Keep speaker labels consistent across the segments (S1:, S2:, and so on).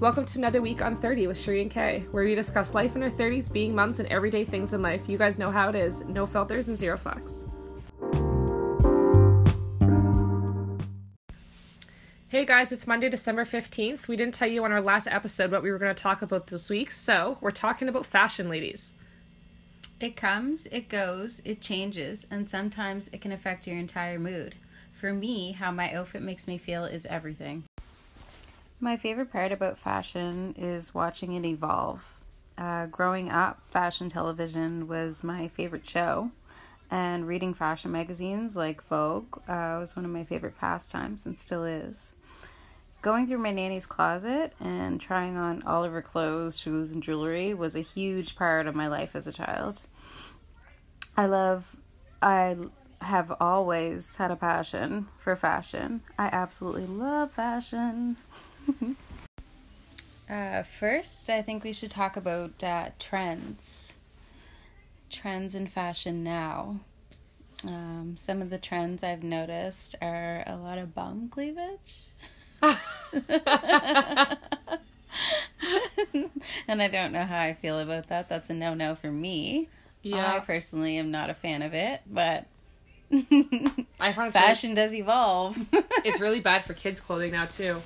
S1: Welcome to another week on 30 with Sheree and Kay, where we discuss life in our 30s, being moms, and everyday things in life. You guys know how it is no filters and zero fucks. Hey guys, it's Monday, December 15th. We didn't tell you on our last episode what we were going to talk about this week, so we're talking about fashion, ladies.
S2: It comes, it goes, it changes, and sometimes it can affect your entire mood. For me, how my outfit makes me feel is everything. My favorite part about fashion is watching it evolve. Uh, growing up, fashion television was my favorite show, and reading fashion magazines like Vogue uh, was one of my favorite pastimes and still is. Going through my nanny's closet and trying on all of her clothes, shoes, and jewelry was a huge part of my life as a child. I love, I have always had a passion for fashion. I absolutely love fashion. uh, first, I think we should talk about uh, trends. Trends in fashion now. Um, some of the trends I've noticed are a lot of bum cleavage. and I don't know how I feel about that. That's a no no for me. I personally am not a fan of it, but
S1: I find it's really-
S2: fashion does evolve.
S1: it's really bad for kids clothing now too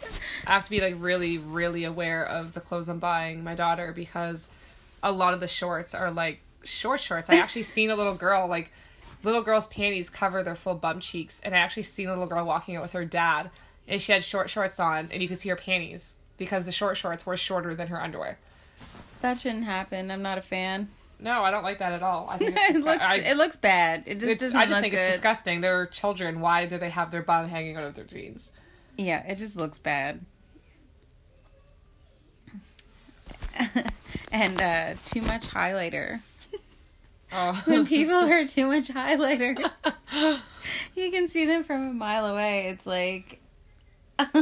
S1: i have to be like really really aware of the clothes i'm buying my daughter because a lot of the shorts are like short shorts i actually seen a little girl like little girls panties cover their full bum cheeks and i actually seen a little girl walking out with her dad and she had short shorts on and you could see her panties because the short shorts were shorter than her underwear
S2: that shouldn't happen. I'm not a fan.
S1: no i don't like that at all i think it's
S2: it looks
S1: I,
S2: it looks bad. It just
S1: it's-
S2: doesn't
S1: I just
S2: look
S1: think
S2: good.
S1: it's disgusting they're children why do they have their bum hanging out of their jeans
S2: Yeah, it just looks bad. and uh, too much highlighter. When
S1: oh
S2: people are too much highlighter, you can see them from a mile away. It's like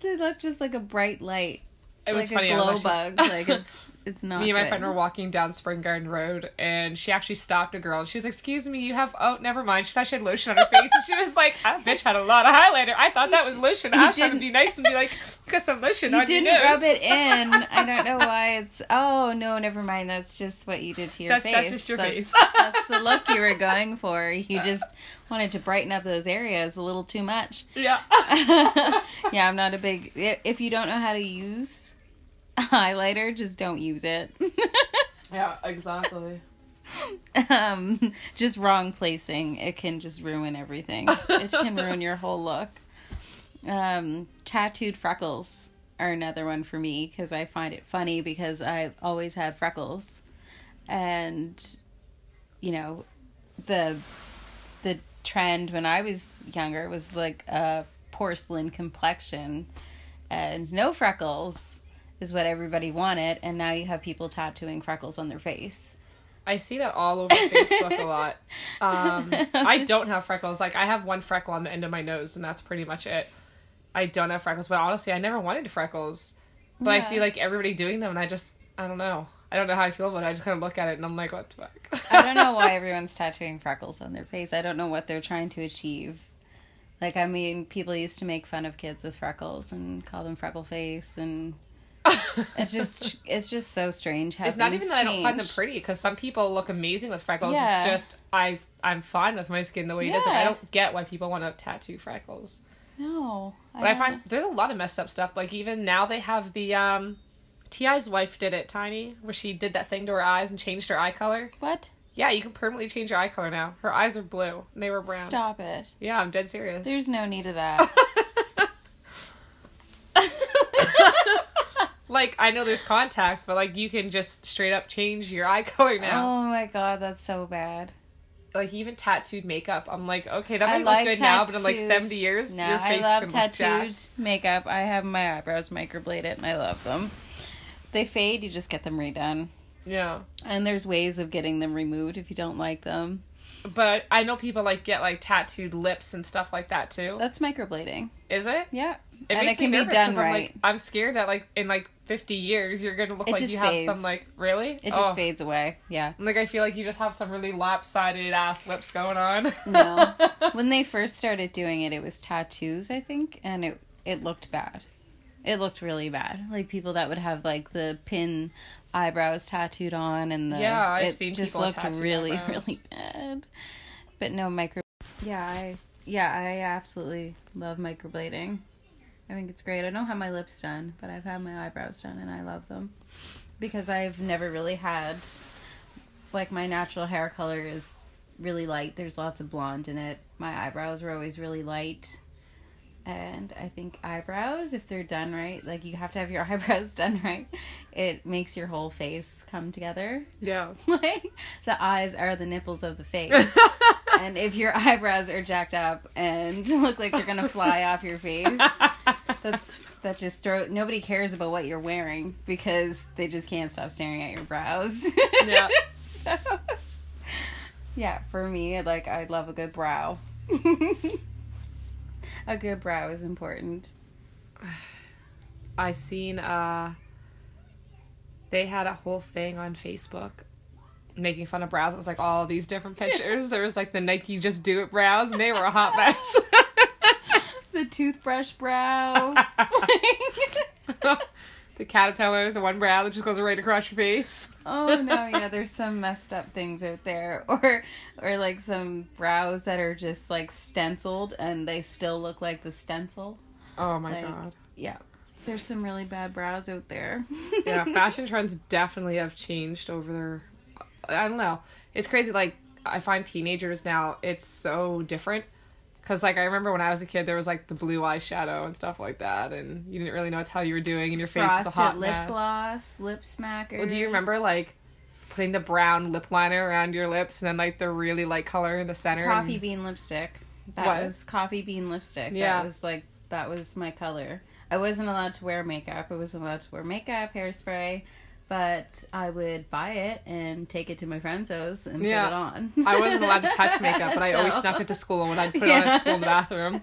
S2: they look just like a bright light,
S1: it was
S2: like
S1: funny
S2: a
S1: I was
S2: glow
S1: actually-
S2: bug. Like it's it's not.
S1: me and my
S2: good.
S1: friend were walking down Spring Garden Road, and she actually stopped a girl. and She was like, "Excuse me, you have oh, never mind." She thought she had lotion on her face, and she was like, "That bitch had a lot of highlighter. I thought that was lotion. I was trying to be nice and be like, you got some lotion
S2: You
S1: on
S2: didn't
S1: your nose."
S2: rub it in. I don't know why it's. Oh no, never mind. That's just what you did to your
S1: That's-
S2: face.
S1: that's just your face.
S2: That's- that's the look you were going for. You just wanted to brighten up those areas a little too much.
S1: Yeah,
S2: yeah, I'm not a big. i- If you don't know how to use a highlighter, just don't use it.
S1: yeah, exactly.
S2: um, just wrong placing. It can just ruin everything. It can ruin your whole look. Um, tattooed freckles are another one for me because I find it funny because I always have freckles, and you know, the the trend when I was younger was like a porcelain complexion and no freckles is what everybody wanted and now you have people tattooing freckles on their face
S1: I see that all over Facebook a lot. Um, I don't have freckles. Like I have one freckle on the end of my nose, and that's pretty much it. I don't have freckles, but honestly, I never wanted freckles. But I
S2: Yeah.
S1: see like everybody doing them, and I just I don't know. I don't know how I feel about it. I just kind of look at it, and I'm like, what the fuck?
S2: I don't know why everyone's tattooing freckles on their face. I don't know what they're trying to achieve. Like, I mean, people used to make fun of kids with freckles and call them freckle face, and it's just it's just so strange how
S1: It's not
S2: things
S1: even that I don't find them
S2: change.
S1: pretty because some people look amazing with freckles.
S2: Yeah.
S1: It's just I I'm fine with my skin the way it is. Like, I
S2: Yeah.
S1: don't get why people want to tattoo freckles.
S2: No,
S1: But I,
S2: don't
S1: find there's a lot of messed up stuff. Like even now they have the um Ti's wife did it, Tiny, where she did that thing to her eyes and changed her eye color.
S2: what?
S1: Yeah, you can permanently change your eye color now. Her eyes are blue and they were brown.
S2: Stop it.
S1: Yeah, I'm dead serious.
S2: There's no need of that.
S1: like I know there's contacts, but like you can just straight up change your eye color now.
S2: Oh my god, that's so bad.
S1: Like even tattooed makeup, I'm like, okay, that
S2: Oh.
S1: might
S2: I
S1: look
S2: like
S1: good now, but in like
S2: tattooed-
S1: 70 years,
S2: No,
S1: your
S2: I
S1: face
S2: love
S1: can look
S2: tattooed
S1: jacked.
S2: makeup. I have my eyebrows microbladed, and I love them. They fade. You just get them redone.
S1: Yeah,
S2: And there's ways of getting them removed if you don't like them.
S1: but I know people like get like tattooed lips and stuff like that too.
S2: That's microblading.
S1: Is it?
S2: Yeah.
S1: It
S2: and
S1: makes
S2: it can
S1: me
S2: be
S1: nervous
S2: done
S1: 'cause I'm
S2: right.
S1: like, I'm scared that like in like 50 years you're gonna look
S2: It
S1: like
S2: just
S1: you have
S2: fades.
S1: some like really.
S2: it just
S1: Oh.
S2: fades away. Yeah.
S1: Like I feel like you just have some really lopsided ass lips going on.
S2: No. when they first started doing it, it was tattoos, I think, and it it looked bad. it looked really bad. Like people that would have like the pin eyebrows tattooed on and the
S1: Yeah, I've
S2: it
S1: seen
S2: just
S1: people with
S2: looked
S1: tattooed
S2: really
S1: eyebrows.
S2: really bad. But no micro. Yeah, I yeah I absolutely love microblading. I think it's great. I don't have my lips done, but I've had my eyebrows done and I love them because I've never really had like my natural hair color is really light. There's lots of blonde in it. My eyebrows were always really light. And I think eyebrows, if they're done right, like you have to have your eyebrows done right, it makes your whole face come together.
S1: Yeah.
S2: Like the eyes are the nipples of the face. and if your eyebrows are jacked up and look like they're gonna fly off your face, that's that just throw nobody cares about what you're wearing because they just can't stop staring at your brows.
S1: Yeah.
S2: so, yeah, for me, like I love a good brow. a good brow is important.
S1: I seen uh they had a whole thing on Facebook making fun of brows. It was like all these different pictures. There was like the Nike just do it brows and they were a hot mess.
S2: The toothbrush brow.
S1: the caterpillar, the one brow that just goes right across your face.
S2: oh no, yeah, there's some messed up things out there, or or like some brows that are just like stenciled and they still look like the stencil.
S1: Oh my
S2: Like-
S1: god.
S2: Yeah, there's some really bad brows out there.
S1: Yeah, fashion trends definitely have changed over their I don't know. It's crazy like I find teenagers now it's so different Cause like I remember when I was a kid, there was like the blue eyeshadow and stuff like that, and you didn't really know what the hell you were doing, and your face was a hot
S2: Frosted lip
S1: mess.
S2: gloss, lip smackers.
S1: Well, do you remember like putting the brown lip liner around your lips, and then like the really light color in the center?
S2: coffee
S1: and-
S2: bean lipstick? That
S1: What?
S2: was coffee bean lipstick.
S1: Yeah.
S2: that was like that was my color. I wasn't allowed to wear makeup. I wasn't allowed to wear makeup, hairspray, but I would buy it and take it to my friend's house and
S1: Yeah.
S2: put it on.
S1: I wasn't allowed to touch makeup, but I always
S2: So-
S1: snuck it to school when I'd put it on
S2: Yeah.
S1: at school in the bathroom.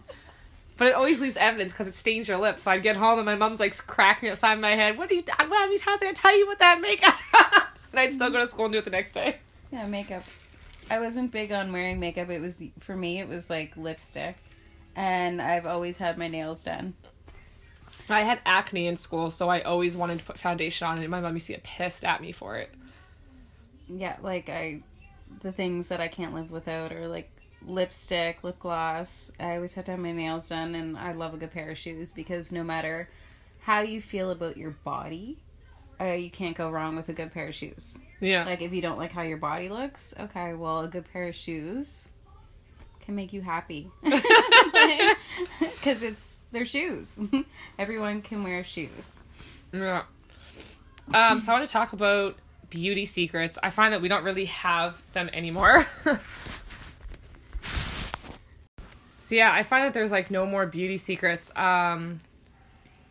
S1: But it always leaves evidence because it stains your lips. So I'd get home and my mom's like cracking me upside my head. What do you? What how many times did I tell you with that makeup? and I'd still go to school and do it the next day.
S2: Yeah, makeup. I wasn't big on wearing makeup. It was for me. It was like lipstick, and I've always had my nails done.
S1: I had acne in school, so I always wanted to put foundation on, and my mom used to get pissed at me for it.
S2: Yeah, like I, the things that I can't live without are like lipstick, lip gloss. I always have to have my nails done, and I love a good pair of shoes because no matter how you feel about your body, uh, you can't go wrong with a good pair of shoes.
S1: Yeah.
S2: Like if you don't like how your body looks, okay, well a good pair of shoes can make you happy. Cuz it's their shoes. Everyone can wear shoes.
S1: Yeah. Um, so I want to talk about beauty secrets. I find that we don't really have them anymore. so yeah, I find that there's like no more beauty secrets. Um,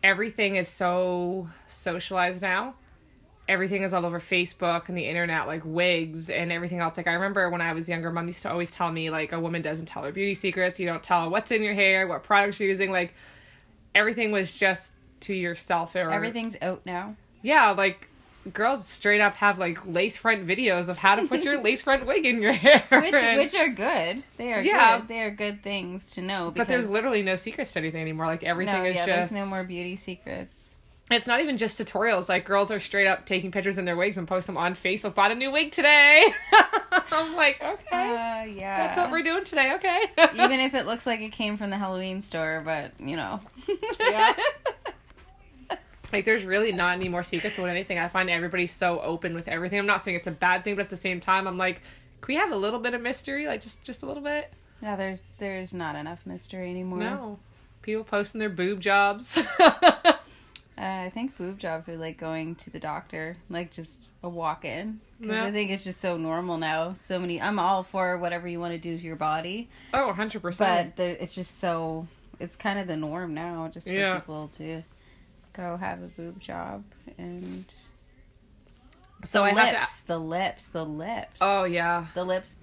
S1: everything is so socialized now. Everything is all over Facebook and the internet, like wigs and everything else. Like I remember when I was younger, mom used to always tell me like a woman doesn't tell her beauty secrets. You don't tell what's in your hair, what products you're using. Like everything was just to yourself or
S2: Everything's out now.
S1: yeah, like girls straight up have like lace front videos of how to put your lace front wig in your hair.
S2: Which
S1: and-
S2: which are good. They are
S1: Yeah.
S2: good. They are good things to know
S1: but there's
S2: because-
S1: literally no secrets to anything anymore. Like everything
S2: no,
S1: is
S2: yeah,
S1: just
S2: there's no more beauty secrets.
S1: It's not even just tutorials. Like girls are straight up taking pictures in their wigs and post them on Facebook. Bought a new wig today. I'm like,
S2: Uh,
S1: okay.
S2: yeah.
S1: that's what we're doing today, okay?
S2: Even if it looks like it came from the Halloween store, but you know.
S1: Yeah. like there's really not any more secrets about anything. I find everybody's so open with everything. I'm not saying it's a bad thing, but at the same time, I'm like, can we have a little bit of mystery? Like just just a little bit.
S2: Yeah, there's there's not enough mystery anymore.
S1: No. People posting their boob jobs.
S2: Uh, I think boob jobs are like going to the doctor, like just a walk in.
S1: Yeah.
S2: I think it's just so normal now. So many. I'm all for whatever you want to do to your body,
S1: oh, 100%.
S2: but there, it's just so. It's kind of the norm now, just for
S1: Yeah.
S2: people to go have a boob job and.
S1: so
S2: the
S1: I
S2: lips,
S1: have to.
S2: the lips, the lips,
S1: Oh, yeah.
S2: the lips.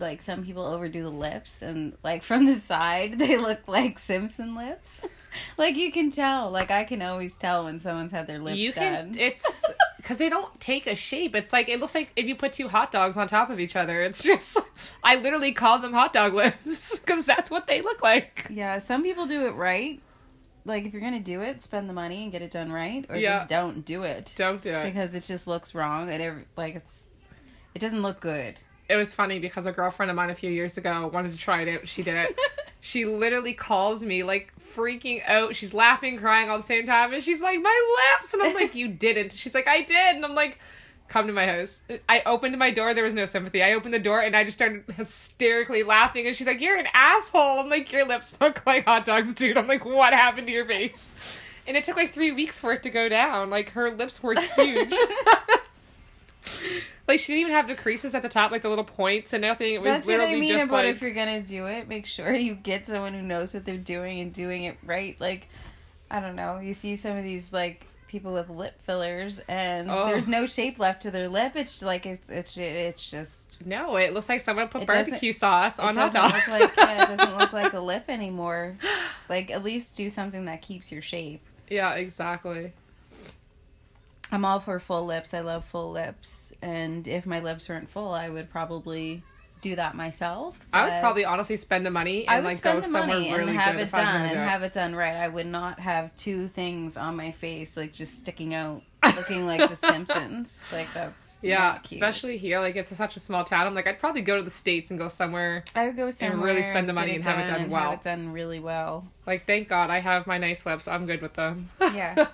S2: Like some people overdo the lips, and like from the side, they look like Simpson lips. like you can tell. Like I can always tell when someone's had their lips
S1: you
S2: done.
S1: can. It's. Because they don't take a shape. It's like, it looks like if you put two hot dogs on top of each other. It's just. I literally call them hot dog lips because that's what they look like.
S2: Yeah, some people do it right. like if you're gonna do it, spend the money and get it done right, or
S1: Yeah.
S2: just don't do it
S1: Don't do it.
S2: because it just looks wrong. It ev- like it's it doesn't look good.
S1: It was funny because a girlfriend of mine a few years ago wanted to try it out. She did it. she literally calls me like freaking out. She's laughing, crying all the same time, and she's like, "My lips," and I'm like, "You didn't." She's like, "I did," and I'm like, "Come to my house." I opened my door. There was no sympathy. I opened the door and I just started hysterically laughing. And she's like, "You're an asshole." I'm like, "Your lips look like hot dogs, dude." I'm like, "What happened to your face?" And it took like three weeks for it to go down. Like her lips were huge. Like she didn't even have the creases at the top, like the little points and nothing. It was
S2: That's what
S1: literally
S2: I mean
S1: just
S2: about
S1: like
S2: if you're gonna do it, make sure you get someone who knows what they're doing and doing it right. Like, I don't know, you see some of these like people with lip fillers, and
S1: Oh.
S2: there's no shape left to their lip. It's like it's it's, it's just
S1: No, it looks like someone put
S2: It doesn't-
S1: barbecue sauce on
S2: it
S1: hot
S2: doesn't
S1: Oh, dogs.
S2: look like yeah, it doesn't look like a lip anymore. Like, at least do something that keeps your shape.
S1: yeah, exactly.
S2: I'm all for full lips. I love full lips, and if my lips weren't full, I would probably do that myself.
S1: I would probably
S2: but-
S1: honestly spend the money and
S2: I would
S1: like
S2: spend
S1: go
S2: the
S1: somewhere
S2: money
S1: really
S2: and have
S1: good
S2: it
S1: if I was
S2: done
S1: gonna
S2: and
S1: do
S2: have it done right. I would not have two things on my face like just sticking out, looking like The Simpsons. Like that's
S1: it. Yeah,
S2: not cute.
S1: especially here, like it's such a small town. I'm like, I'd probably go to the states and go somewhere.
S2: I would go somewhere
S1: really spend the
S2: get
S1: money and have it done
S2: and
S1: well.
S2: Have it done really well.
S1: Like, thank God I have my nice lips. I'm good with them.
S2: Yeah.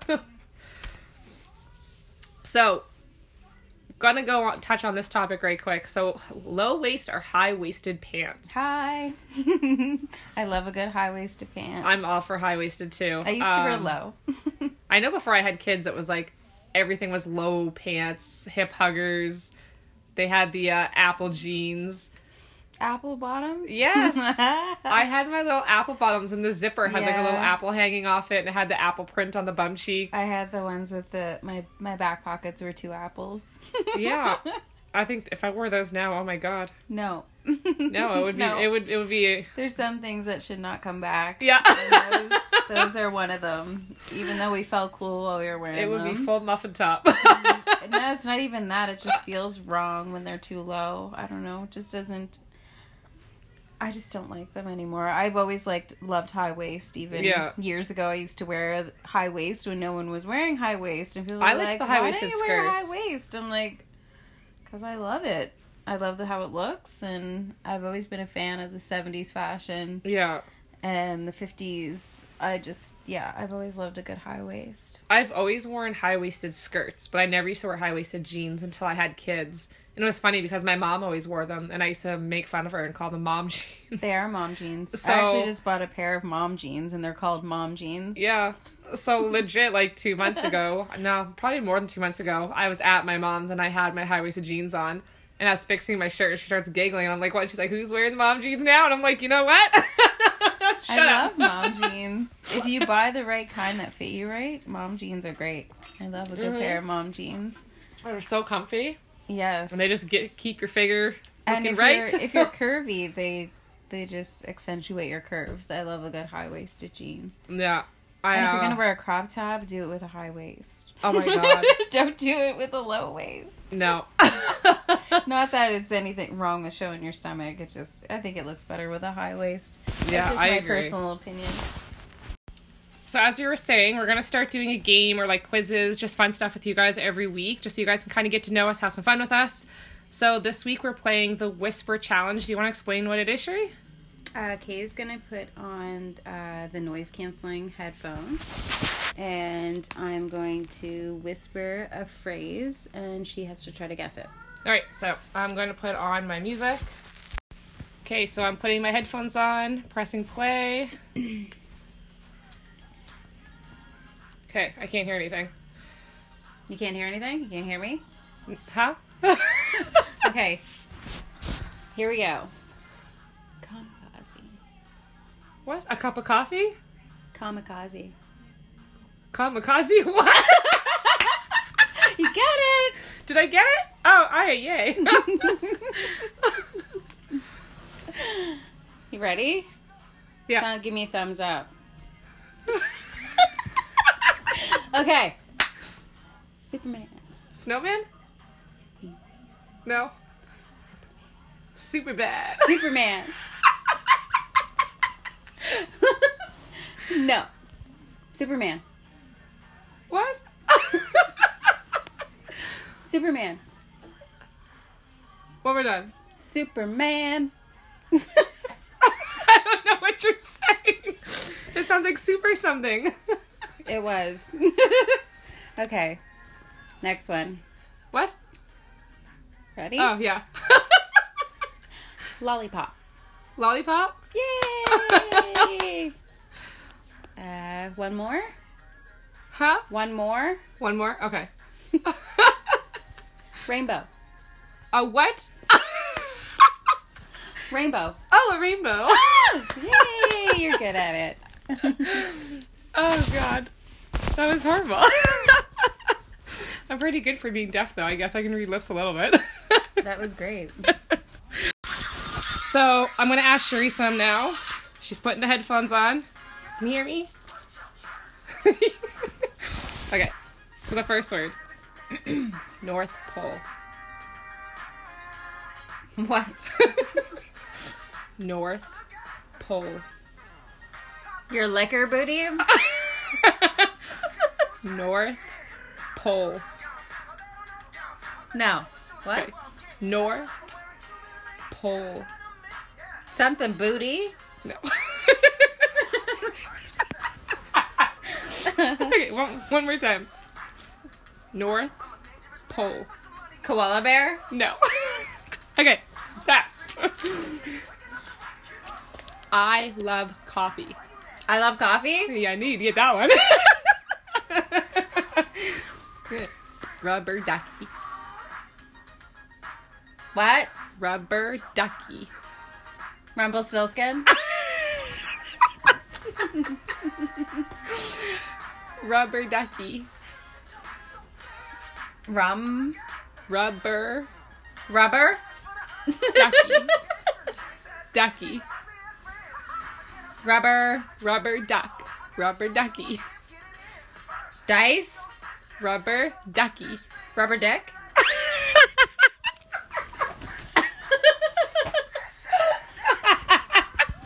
S1: so, gonna go on, touch on this topic right quick. So, low waist or high waisted pants?
S2: Hi. I love a good high waisted pant.
S1: I'm all for high waisted too.
S2: I used to wear
S1: Um,
S2: low.
S1: I know before I had kids, it was like everything was low pants, hip huggers. They had the uh, apple jeans.
S2: Apple bottoms.
S1: Yes. I had my little apple bottoms, and the zipper had like a little
S2: Yeah.
S1: apple hanging off it, and it had the apple print on the bum cheek.
S2: I had the ones with the my my back pockets were two apples.
S1: Yeah. I think if I wore those now, oh my god,
S2: No.
S1: no, it would be, it would, it would be,
S2: There's some things that should not come back.
S1: yeah,
S2: those, those are one of them. Even though we felt cool while we were wearing
S1: it would be
S2: them.
S1: full muffin top. Mm-hmm.
S2: No, it's not even that. It just feels wrong when they're too low. I don't know. It just doesn't. I just don't like them anymore. I've always liked loved high waist. Even
S1: Yeah.
S2: years ago, I used to wear high waist when no one was wearing high waist, and people were
S1: I liked
S2: like,
S1: the high
S2: "Why do
S1: waisted
S2: you wear high
S1: skirts."
S2: waist?" I'm like, "Cause I love it. I love the how it looks, and I've always been a fan of the '70s fashion."
S1: yeah,
S2: and the 50s. I just, yeah, I've always loved a good high waist.
S1: I've always worn high waisted skirts, but I never used to wear high waisted jeans until I had kids. And it was funny because my mom always wore them, and I used to make fun of her and call them mom jeans.
S2: They are mom jeans.
S1: So-
S2: I actually just bought a pair of mom jeans and they're called mom jeans.
S1: Yeah. So legit, like two months ago, no, probably more than two months ago, I was at my mom's and I had my high waisted jeans on, and I was fixing my shirt. And she starts giggling, and I'm like, "What?" She's like, "Who's wearing mom jeans now?" And I'm like, "You know what? Shut
S2: I
S1: up."
S2: love mom jeans. If you buy the right kind that fit you right, mom jeans are great. I love a good
S1: Mhm.
S2: pair of mom jeans.
S1: They're so comfy,
S2: Yes.
S1: and they just get keep your figure
S2: And
S1: looking
S2: if
S1: right.
S2: you're, if you're curvy, they they just accentuate your curves. I love a good high waisted jean.
S1: yeah, I.
S2: And if you're
S1: uh,
S2: gonna wear a crop top, do it with a high waist.
S1: Oh my God.
S2: Don't do it with a low waist.
S1: no.
S2: Not that it's anything wrong with showing your stomach. It just, I think it looks better with a high waist.
S1: yeah,
S2: That's just
S1: I
S2: my
S1: agree.
S2: personal opinion.
S1: So as we were saying, we're gonna start doing a game or like quizzes, just fun stuff with you guys every week, just so you guys can kind of get to know us, have some fun with us. So this week we're playing the Whisper Challenge. Do you want to explain what it is, Sheree?
S2: Uh, Kay is gonna put on uh, the noise canceling headphones, and I'm going to whisper a phrase, and she has to try to guess it.
S1: All right. So I'm going to put on my music. Okay. So I'm putting my headphones on, pressing play. Okay. I can't hear anything.
S2: You can't hear anything. You can't hear me.
S1: Huh?
S2: Okay. Here we go. Kamikaze.
S1: what? A cup of coffee?
S2: Kamikaze.
S1: Kamikaze? What?
S2: You get it.
S1: Did I get it? Oh, I yay.
S2: You ready?
S1: Yeah.
S2: Now give me a thumbs up. Okay. Superman.
S1: Snowman? No. Super bad.
S2: Superman. no. Superman.
S1: What?
S2: Superman.
S1: well, we're done.
S2: Superman.
S1: I don't know what you're saying. It sounds like super something.
S2: it was. okay. Next one.
S1: What?
S2: Ready?
S1: Oh, yeah.
S2: Lollipop.
S1: Lollipop?
S2: Yay! uh, one more.
S1: Huh?
S2: One more.
S1: One more? Okay.
S2: Rainbow.
S1: a what?
S2: Rainbow.
S1: oh, a rainbow.
S2: Yay! You're good at it.
S1: Oh, God. That was horrible. I'm pretty good for being deaf, though. I guess I can read lips a little bit.
S2: that was great.
S1: so I'm going to ask Cherie some now. She's putting the headphones on. Can you hear me? okay. So the first word North Pole.
S2: What?
S1: North Pole.
S2: Your liquor booty?
S1: North Pole.
S2: No. What?
S1: Okay. North Pole.
S2: Something booty?
S1: No. okay, one, one more time. North Pole.
S2: Koala bear?
S1: No. okay, fast. I love coffee.
S2: I love coffee?
S1: Yeah, I need to get that one. Rubber ducky.
S2: What?
S1: Rubber ducky.
S2: Rumpelstiltskin?
S1: Rubber ducky.
S2: Rum?
S1: Rubber
S2: Rubber?
S1: ducky. ducky.
S2: Rubber?
S1: Rubber duck. Rubber ducky.
S2: Dice?
S1: Rubber ducky.
S2: Rubber dick?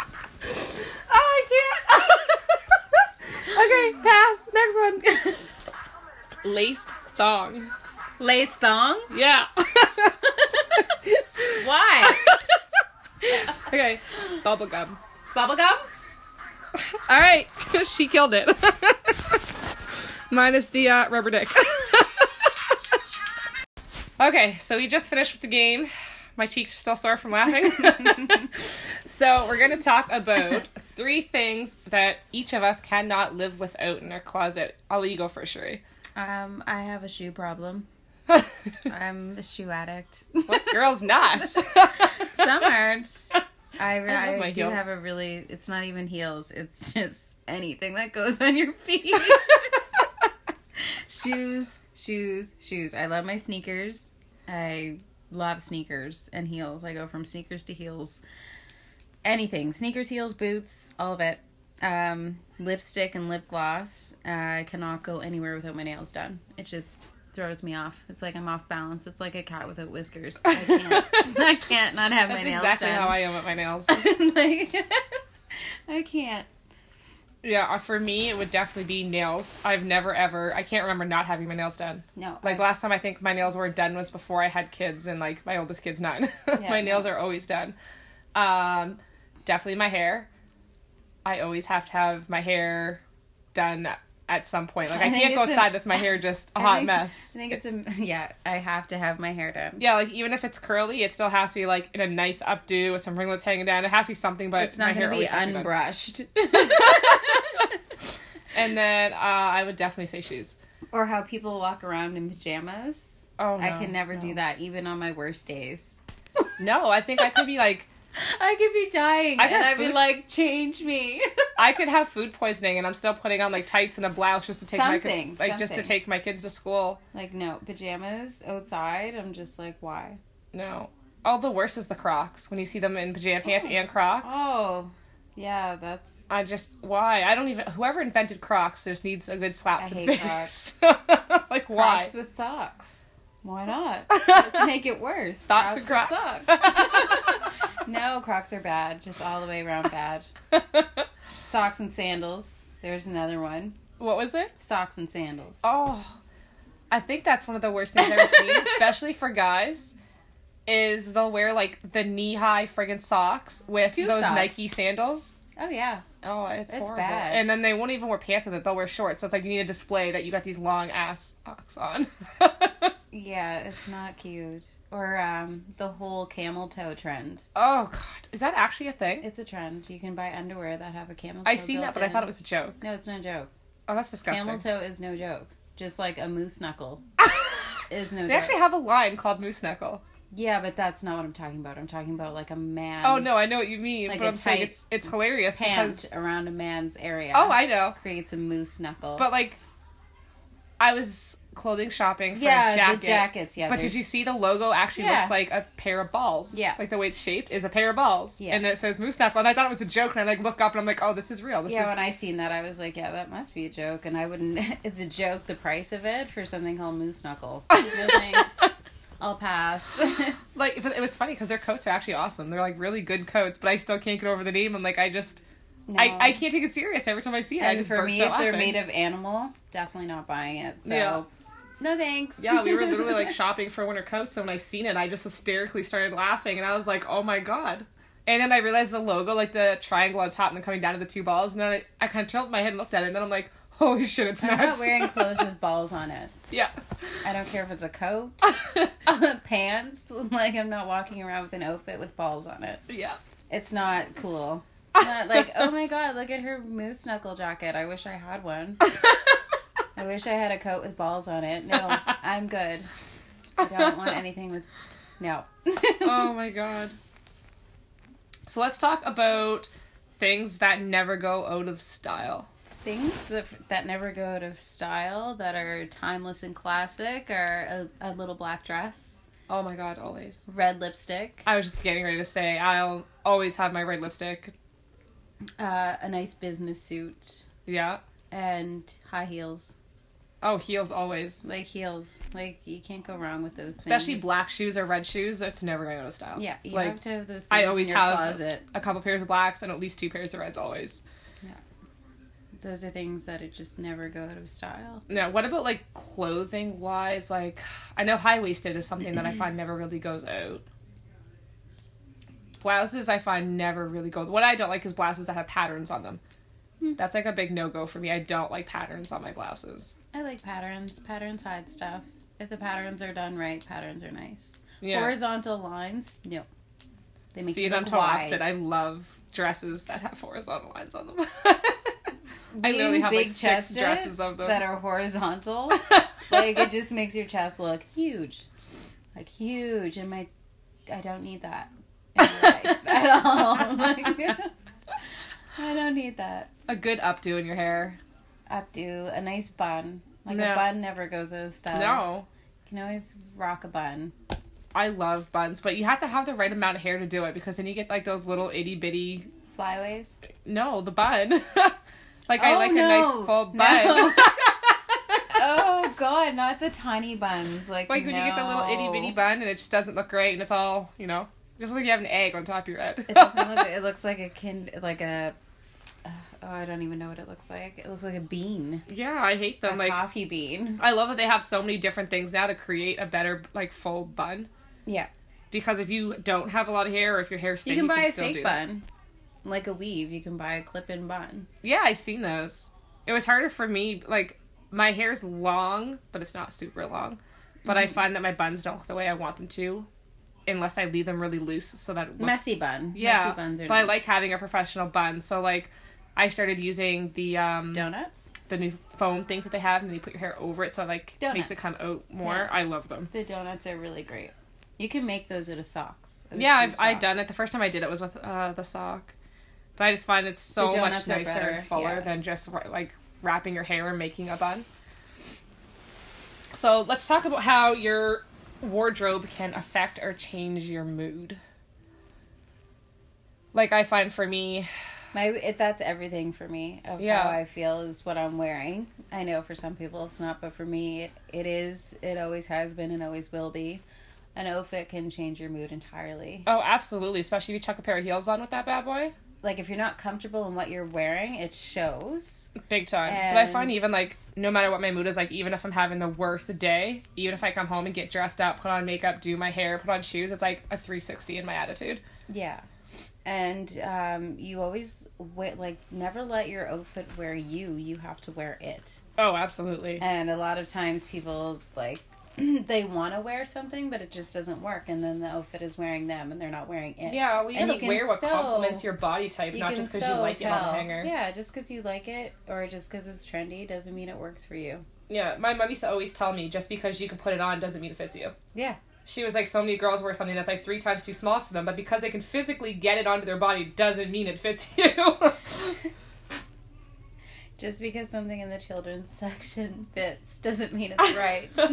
S1: Oh, I can't. okay, pass. Next one. Laced thong.
S2: Lace thong?
S1: Yeah.
S2: Why?
S1: okay, bubblegum.
S2: Bubblegum?
S1: All right, she killed it. Minus the uh, rubber dick. okay, so we just finished with the game. My cheeks are still sore from laughing. so we're gonna talk about three things that each of us cannot live without in our closet. I'll let you go first, Sheree.
S2: Um, I have a shoe problem. I'm a shoe addict.
S1: what girl's not?
S2: Some aren't. I,
S1: love
S2: I,
S1: my
S2: do
S1: heels.
S2: have a really. It's not even heels. It's just anything that goes on your feet. shoes, shoes, shoes. I love my sneakers. I love sneakers and heels. I go from sneakers to heels. Anything. Sneakers, heels, boots, all of it. Um, lipstick and lip gloss. Uh, I cannot go anywhere without my nails done. It just throws me off. It's like I'm off balance. It's like a cat without whiskers. I can't. I can't not have my
S1: That's
S2: nails
S1: exactly
S2: done.
S1: how I am at my nails.
S2: like, I can't.
S1: yeah, uh, for me, it would definitely be nails. I've never ever, I can't remember not having my nails done.
S2: No.
S1: Like last time, I think my nails were done was before I had kids, and like my oldest kid's nine. my
S2: no.
S1: nails are always done. Um, definitely my hair. I always have to have my hair done at some point. Like I,
S2: I think
S1: can't go
S2: it's a-
S1: outside with my hair just a
S2: I
S1: hot
S2: think-
S1: mess.
S2: I think it's a yeah. I have to have my hair done.
S1: Yeah, like even if it's curly, it still has to be like in a nice updo with some ringlets hanging down. It has to be something, but
S2: It's not
S1: my hair
S2: gonna
S1: always
S2: be
S1: has to be done.
S2: unbrushed
S1: And then uh, I would definitely say shoes.
S2: or how people walk around in pajamas.
S1: Oh,
S2: I
S1: no,
S2: can never
S1: no.
S2: do that, even on my worst days.
S1: No, I think I could be like
S2: I could be dying,
S1: I
S2: and
S1: got
S2: I'd be
S1: food-
S2: like, "Change me."
S1: I could have food poisoning, and I'm still putting on like tights and a blouse just to take my
S2: Something,
S1: ki- like just to
S2: something.
S1: take my kids to school.
S2: like no pajamas outside. I'm just like, why?
S1: No, all the worst is the Crocs when you see them in pajama pants and Crocs.
S2: Oh, yeah, that's
S1: I just why I don't even whoever invented Crocs just needs a good slap
S2: I
S1: to the
S2: hate
S1: face. like why?
S2: Crocs with socks. Why not? Let's make it worse.
S1: Thoughts and
S2: Crocs with
S1: Crocs.
S2: No, Crocs are bad. Just all the way around bad. Socks and sandals. There's another one.
S1: What was it?
S2: Socks and sandals.
S1: Oh, I think that's one of the worst things I've ever seen, especially for guys. Is they'll wear like the knee high friggin' socks with
S2: Tube
S1: those
S2: socks.
S1: Nike sandals.
S2: Oh yeah.
S1: Oh, it's,
S2: It's
S1: horrible.
S2: bad.
S1: And then they won't even wear pants with it; they'll wear shorts. So it's like you need to display that you got these long ass socks on.
S2: Yeah, it's not cute. Or um, the whole camel toe trend.
S1: oh god, is that actually a thing?
S2: It's a trend. You can buy underwear that have a camel toe.
S1: I seen that,
S2: built
S1: but I thought
S2: in.
S1: it was a joke.
S2: No, it's no joke.
S1: Oh, that's disgusting.
S2: Camel toe is no joke. Just like a moose knuckle is no
S1: they
S2: joke.
S1: actually have a line called Moose Knuckle.
S2: yeah, but that's not what I'm talking about. I'm talking about like a man
S1: Oh no, I know what you mean,
S2: Um, Like
S1: but
S2: a
S1: I'm saying
S2: tight
S1: it's it's hilarious
S2: pant
S1: because
S2: around a man's area.
S1: oh I know,
S2: creates a moose knuckle.
S1: but like I was clothing shopping for
S2: yeah,
S1: a jacket.
S2: the jackets. Yeah,
S1: But did
S2: there's-
S1: you see the logo actually
S2: Yeah.
S1: looks like a pair of balls?
S2: Yeah.
S1: Like the way it's shaped is a pair of balls.
S2: Yeah.
S1: And it says moose knuckle. And I thought it was a joke. And I like look up and I'm like, oh, this is real. This
S2: Yeah,
S1: is
S2: when I seen that, I was like, yeah, that must be a joke, and I wouldn't. It's a joke. The price of it for something called moose knuckle. No thanks. I'll pass.
S1: like, but it was funny because their coats are actually awesome. They're like really good coats, but I still can't get over the name. I'm like, I just,
S2: No.
S1: I, I can't take it serious every time I see it. I
S2: And
S1: just
S2: for
S1: burst
S2: me,
S1: out
S2: if they're
S1: laughing.
S2: made of animal, definitely not buying it. So,
S1: Yeah.
S2: no thanks.
S1: yeah, we were literally like shopping for winter coats, and when I seen it, I just hysterically started laughing, and I was like, "Oh my god!" And then I realized the logo, like the triangle on top, and then coming down to the two balls, and then I, I kind of tilted my head and looked at it, and then I'm like, "Holy shit, it's
S2: I'm
S1: nuts!"
S2: not wearing clothes with balls on it.
S1: yeah,
S2: I don't care if it's a coat, pants. Like I'm not walking around with an outfit with balls on it.
S1: yeah.
S2: It's not cool. It's not like, oh my god, look at her moose knuckle jacket. I wish I had one. I wish I had a coat with balls on it. No, I'm good. I don't want anything with. No.
S1: oh my god. So let's talk about things that never go out of style.
S2: Things that, that never go out of style, that are timeless and classic, are a, a little black dress,
S1: Oh my god, always.
S2: red lipstick,
S1: I was just getting ready to say I'll always have my red lipstick.
S2: uh, a nice business suit,
S1: Yeah.
S2: and high heels.
S1: Oh, heels always.
S2: Like heels. Like, you can't go wrong with those
S1: Especially
S2: things.
S1: black shoes or red shoes, that's never going out of style.
S2: Yeah, you
S1: like
S2: have to have those things
S1: I always
S2: in your
S1: have
S2: closet.
S1: a couple pairs of blacks and at least two pairs of reds always.
S2: Those are things that it just never go out of style.
S1: Now, what about like clothing wise? Like, I know high waisted is something that I find never really goes out. Blouses I find never really go. What I don't like is blouses that have patterns on them.
S2: Hmm.
S1: That's like a big no go for me. I don't like patterns on my blouses.
S2: I like patterns. Patterns hide stuff. If the patterns are done right, patterns are nice.
S1: Yeah,
S2: Horizontal lines, no. They make
S1: see,
S2: you
S1: and I'm
S2: look
S1: total opposite.
S2: wide.
S1: I love dresses that have horizontal lines on them. I
S2: Being
S1: literally have like six
S2: big-chested
S1: dresses of them.
S2: that are horizontal. like it just makes your chest look huge, like huge. And my, I don't need that in my life at all. Like, I don't need that.
S1: a good updo in your hair.
S2: Updo a nice bun. Like
S1: No.
S2: a bun never goes out of style.
S1: No,
S2: You can always rock a bun.
S1: I love buns, but you have to have the right amount of hair to do it because then you get like those little itty bitty
S2: Flyways?
S1: No, the bun. like I
S2: Oh,
S1: like a
S2: no.
S1: nice full bun.
S2: No. Oh god, not the tiny buns. Like,
S1: like when you get the little
S2: no.
S1: itty bitty bun and it just doesn't look great and it's all, you know, it just like you have an egg on top of your head.
S2: It doesn't look. It looks like a kind. Like a. uh, oh, I don't even know what it looks like. It looks like a bean,
S1: yeah, I hate them.
S2: a
S1: like
S2: coffee bean.
S1: I love that they have so many different things now to create a better like full bun.
S2: Yeah,
S1: Because if you don't have a lot of hair or if your hair's
S2: you
S1: thin,
S2: can buy a
S1: still do
S2: fake
S1: that.
S2: bun, like a weave. You can buy a clip-in bun.
S1: Yeah, I seen those. It was harder for me. Like my hair's long, but it's not super long. But
S2: Mm-hmm.
S1: I find that my buns don't look the way I want them to, unless I leave them really loose, so that it looks-
S2: Messy bun.
S1: Yeah,
S2: Messy buns are.
S1: but I
S2: nice.
S1: like having a professional bun. So like, I started using the um
S2: donuts.
S1: the new foam things that they have, and then you put your hair over it, so like makes
S2: Donuts.
S1: it come out more.
S2: Yeah.
S1: I love them.
S2: The donuts are really great. You can make those out of socks. out of
S1: Yeah, I've
S2: tube
S1: I've
S2: socks.
S1: done it. The first time I did it was with uh, the sock, but I just find it's so
S2: The
S1: much
S2: donuts are
S1: nicer
S2: better,
S1: and fuller
S2: yeah.
S1: than just wra- like wrapping your hair and making a bun. So let's talk about how your wardrobe can affect or change your mood. Like I find for me,
S2: My it, that's everything for me of
S1: Yeah.
S2: how I feel is what I'm wearing. I know for some people it's not, but for me it, it is. It always has been and always will be. An outfit can change your mood entirely.
S1: oh, absolutely, especially if you chuck a pair of heels on with that bad boy.
S2: like if you're not comfortable in what you're wearing, it shows.
S1: Big time. but I find
S2: And-
S1: even like no matter what my mood is like, even if I'm having the worst day, even if I come home and get dressed up, put on makeup, do my hair, put on shoes, it's like a 360 in my attitude.
S2: Yeah. And um, you always wi- like never let your outfit wear you. You have to wear it.
S1: Oh, absolutely.
S2: And a lot of times people like they want to wear something, but it just doesn't work. And then the outfit is wearing them, and they're not wearing it.
S1: yeah, well, you
S2: And
S1: gotta
S2: can
S1: wear what
S2: so-
S1: complements your body type,
S2: you
S1: not
S2: can
S1: just because you
S2: so
S1: like it on
S2: tell.
S1: a hanger.
S2: Yeah, just because you like it or just because it's trendy doesn't mean it works for you.
S1: Yeah, my mom used to always tell me just because you can put it on doesn't mean it fits you.
S2: Yeah.
S1: She was like, so many girls wear something that's like three times too small for them, but because they can physically get it onto their body doesn't mean it fits you.
S2: Just because something in the children's section fits doesn't mean it's right. well,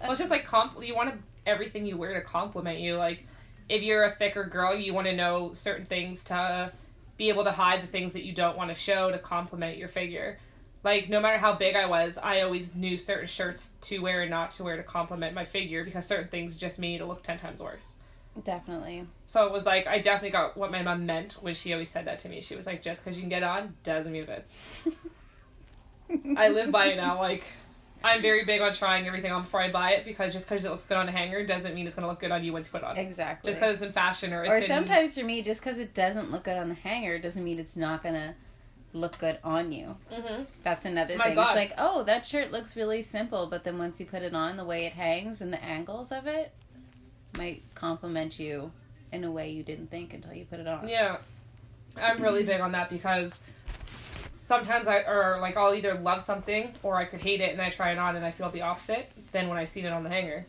S1: well, it's just like comp- you want everything you wear to compliment you. Like, if you're a thicker girl, you want to know certain things to be able to hide the things that you don't want to show to compliment your figure. Like, no matter how big I was, I always knew certain shirts to wear and not to wear to compliment my figure because certain things just made me to look ten times worse.
S2: Definitely.
S1: So it was like I definitely got what my mom meant when she always said that to me. She was like, "Just because you can get on doesn't mean it fits." I live by it now. Like, I'm very big on trying everything on before I buy it because just because it looks good on a hanger doesn't mean it's gonna look good on you once you put it on.
S2: Exactly.
S1: Just because it's in fashion or it's
S2: or
S1: in,
S2: sometimes for me, just because it doesn't look good on the hanger doesn't mean it's not gonna look good on you.
S1: Mhm.
S2: That's another
S1: My
S2: thing.
S1: God.
S2: It's like, oh, that shirt looks really simple, but then once you put it on, the way it hangs and the angles of it might compliment you in a way you didn't think until you put it on.
S1: Yeah, I'm really big on that because sometimes I or like I'll either love something or I could hate it and I try it on and I feel the opposite than when I seen it on the hanger.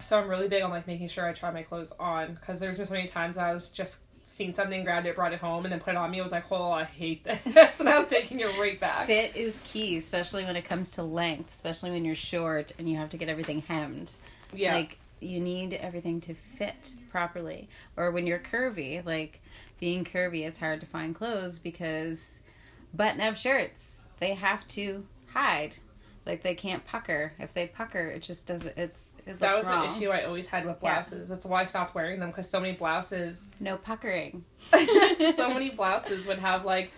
S1: So I'm really big on like making sure I try my clothes on because there's been so many times I was just seen something, grabbed it, brought it home, and then put it on me. I was like, oh, I hate this, and I was taking it right back.
S2: Fit is key, especially when it comes to length, especially when you're short and you have to get everything hemmed.
S1: Yeah,
S2: Like you need everything to fit properly. Or when you're curvy, like being curvy, it's hard to find clothes because button up shirts, they have to hide. Like they can't pucker. If they pucker, it just doesn't it's it looks
S1: that was
S2: wrong.
S1: the issue I always had with
S2: Yeah.
S1: blouses. That's why I stopped wearing them because so many blouses
S2: No puckering.
S1: so many blouses would have like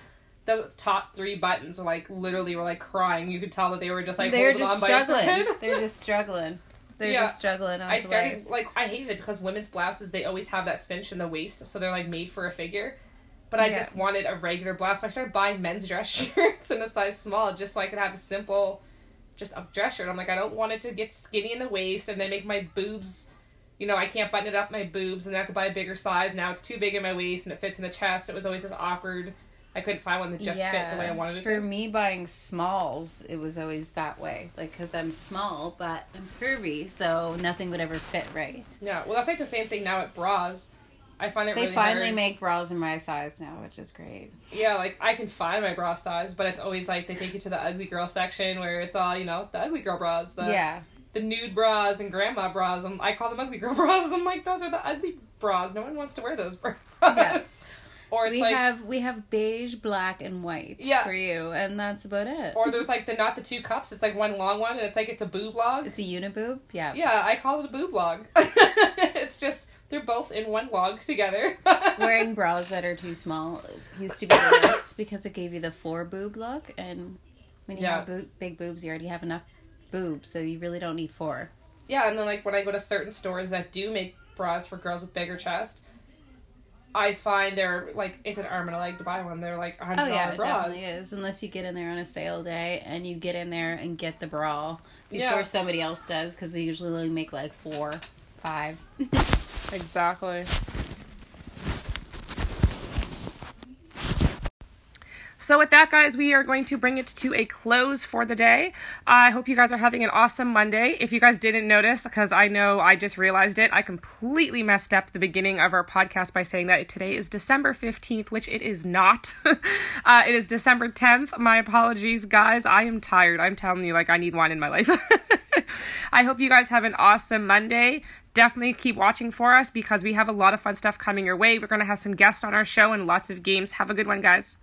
S1: the top three buttons were like literally were like crying. You could tell that they were just like
S2: They're
S1: holding
S2: just
S1: on by a
S2: struggling.
S1: thread.
S2: They're just struggling. They're
S1: Yeah.
S2: just struggling on
S1: I
S2: to life.
S1: started like I hated it because women's blouses they always have that cinch in the waist, so they're like made for a figure. But I
S2: Yeah.
S1: just wanted a regular blouse, so I started buying men's dress shirts in a size small, just so I could have a simple, just a dress shirt. I'm like, I don't want it to get skinny in the waist and then make my boobs, you know, I can't button it up my boobs and I have to buy a bigger size. Now it's too big in my waist and it fits in the chest. It was always this awkward. I couldn't find one that just fit the way I wanted it
S2: For
S1: to.
S2: me, buying smalls, it was always that way. Like, because I'm small, but I'm curvy, so nothing would ever fit right.
S1: Yeah, well, that's like the same thing now at bras. I find it
S2: They
S1: really
S2: finally
S1: hard.
S2: make bras in my size now, which is great.
S1: Yeah, like I can find my bra size, but it's always like they take you to the ugly girl section where it's all you know the ugly girl bras, the
S2: yeah.
S1: the nude bras and grandma bras. i I call them ugly girl bras. I'm like those are the ugly bras. No one wants to wear those bras.
S2: Yes.
S1: Or it's
S2: We
S1: like
S2: have we have beige, black, and white
S1: Yeah.
S2: for you, and that's about it.
S1: or there's like the not the two cups. It's like one long one, and it's like it's a boob log.
S2: it's a uniboob. Yeah.
S1: yeah, I call it a boob log. it's just they're both in one log together.
S2: Wearing bras that are too small used to be the worst because it gave you the four boob look, and when you
S1: Yeah.
S2: have boob, big boobs, you already have enough boobs, so you really don't need four.
S1: yeah, and then like when I go to certain stores that do make bras for girls with bigger chest, I find they're like it's an arm and a leg to buy one. They're like a hundred
S2: Oh
S1: dollar
S2: yeah, it
S1: bras.
S2: definitely is. Unless you get in there on a sale day and you get in there and get the bra before
S1: Yeah.
S2: somebody else does, because they usually only make like four, five.
S1: Exactly. So, with that, guys, we are going to bring it to a close for the day. I hope you guys are having an awesome Monday. If you guys didn't notice, because I know I just realized it, I completely messed up the beginning of our podcast by saying that today is December 15th, which it is not. uh, it is December 10th. My apologies, guys. I am tired. I'm telling you, like, I need wine in my life. I hope you guys have an awesome Monday. Definitely keep watching for us because we have a lot of fun stuff coming your way. We're going to have some guests on our show and lots of games. Have a good one, guys.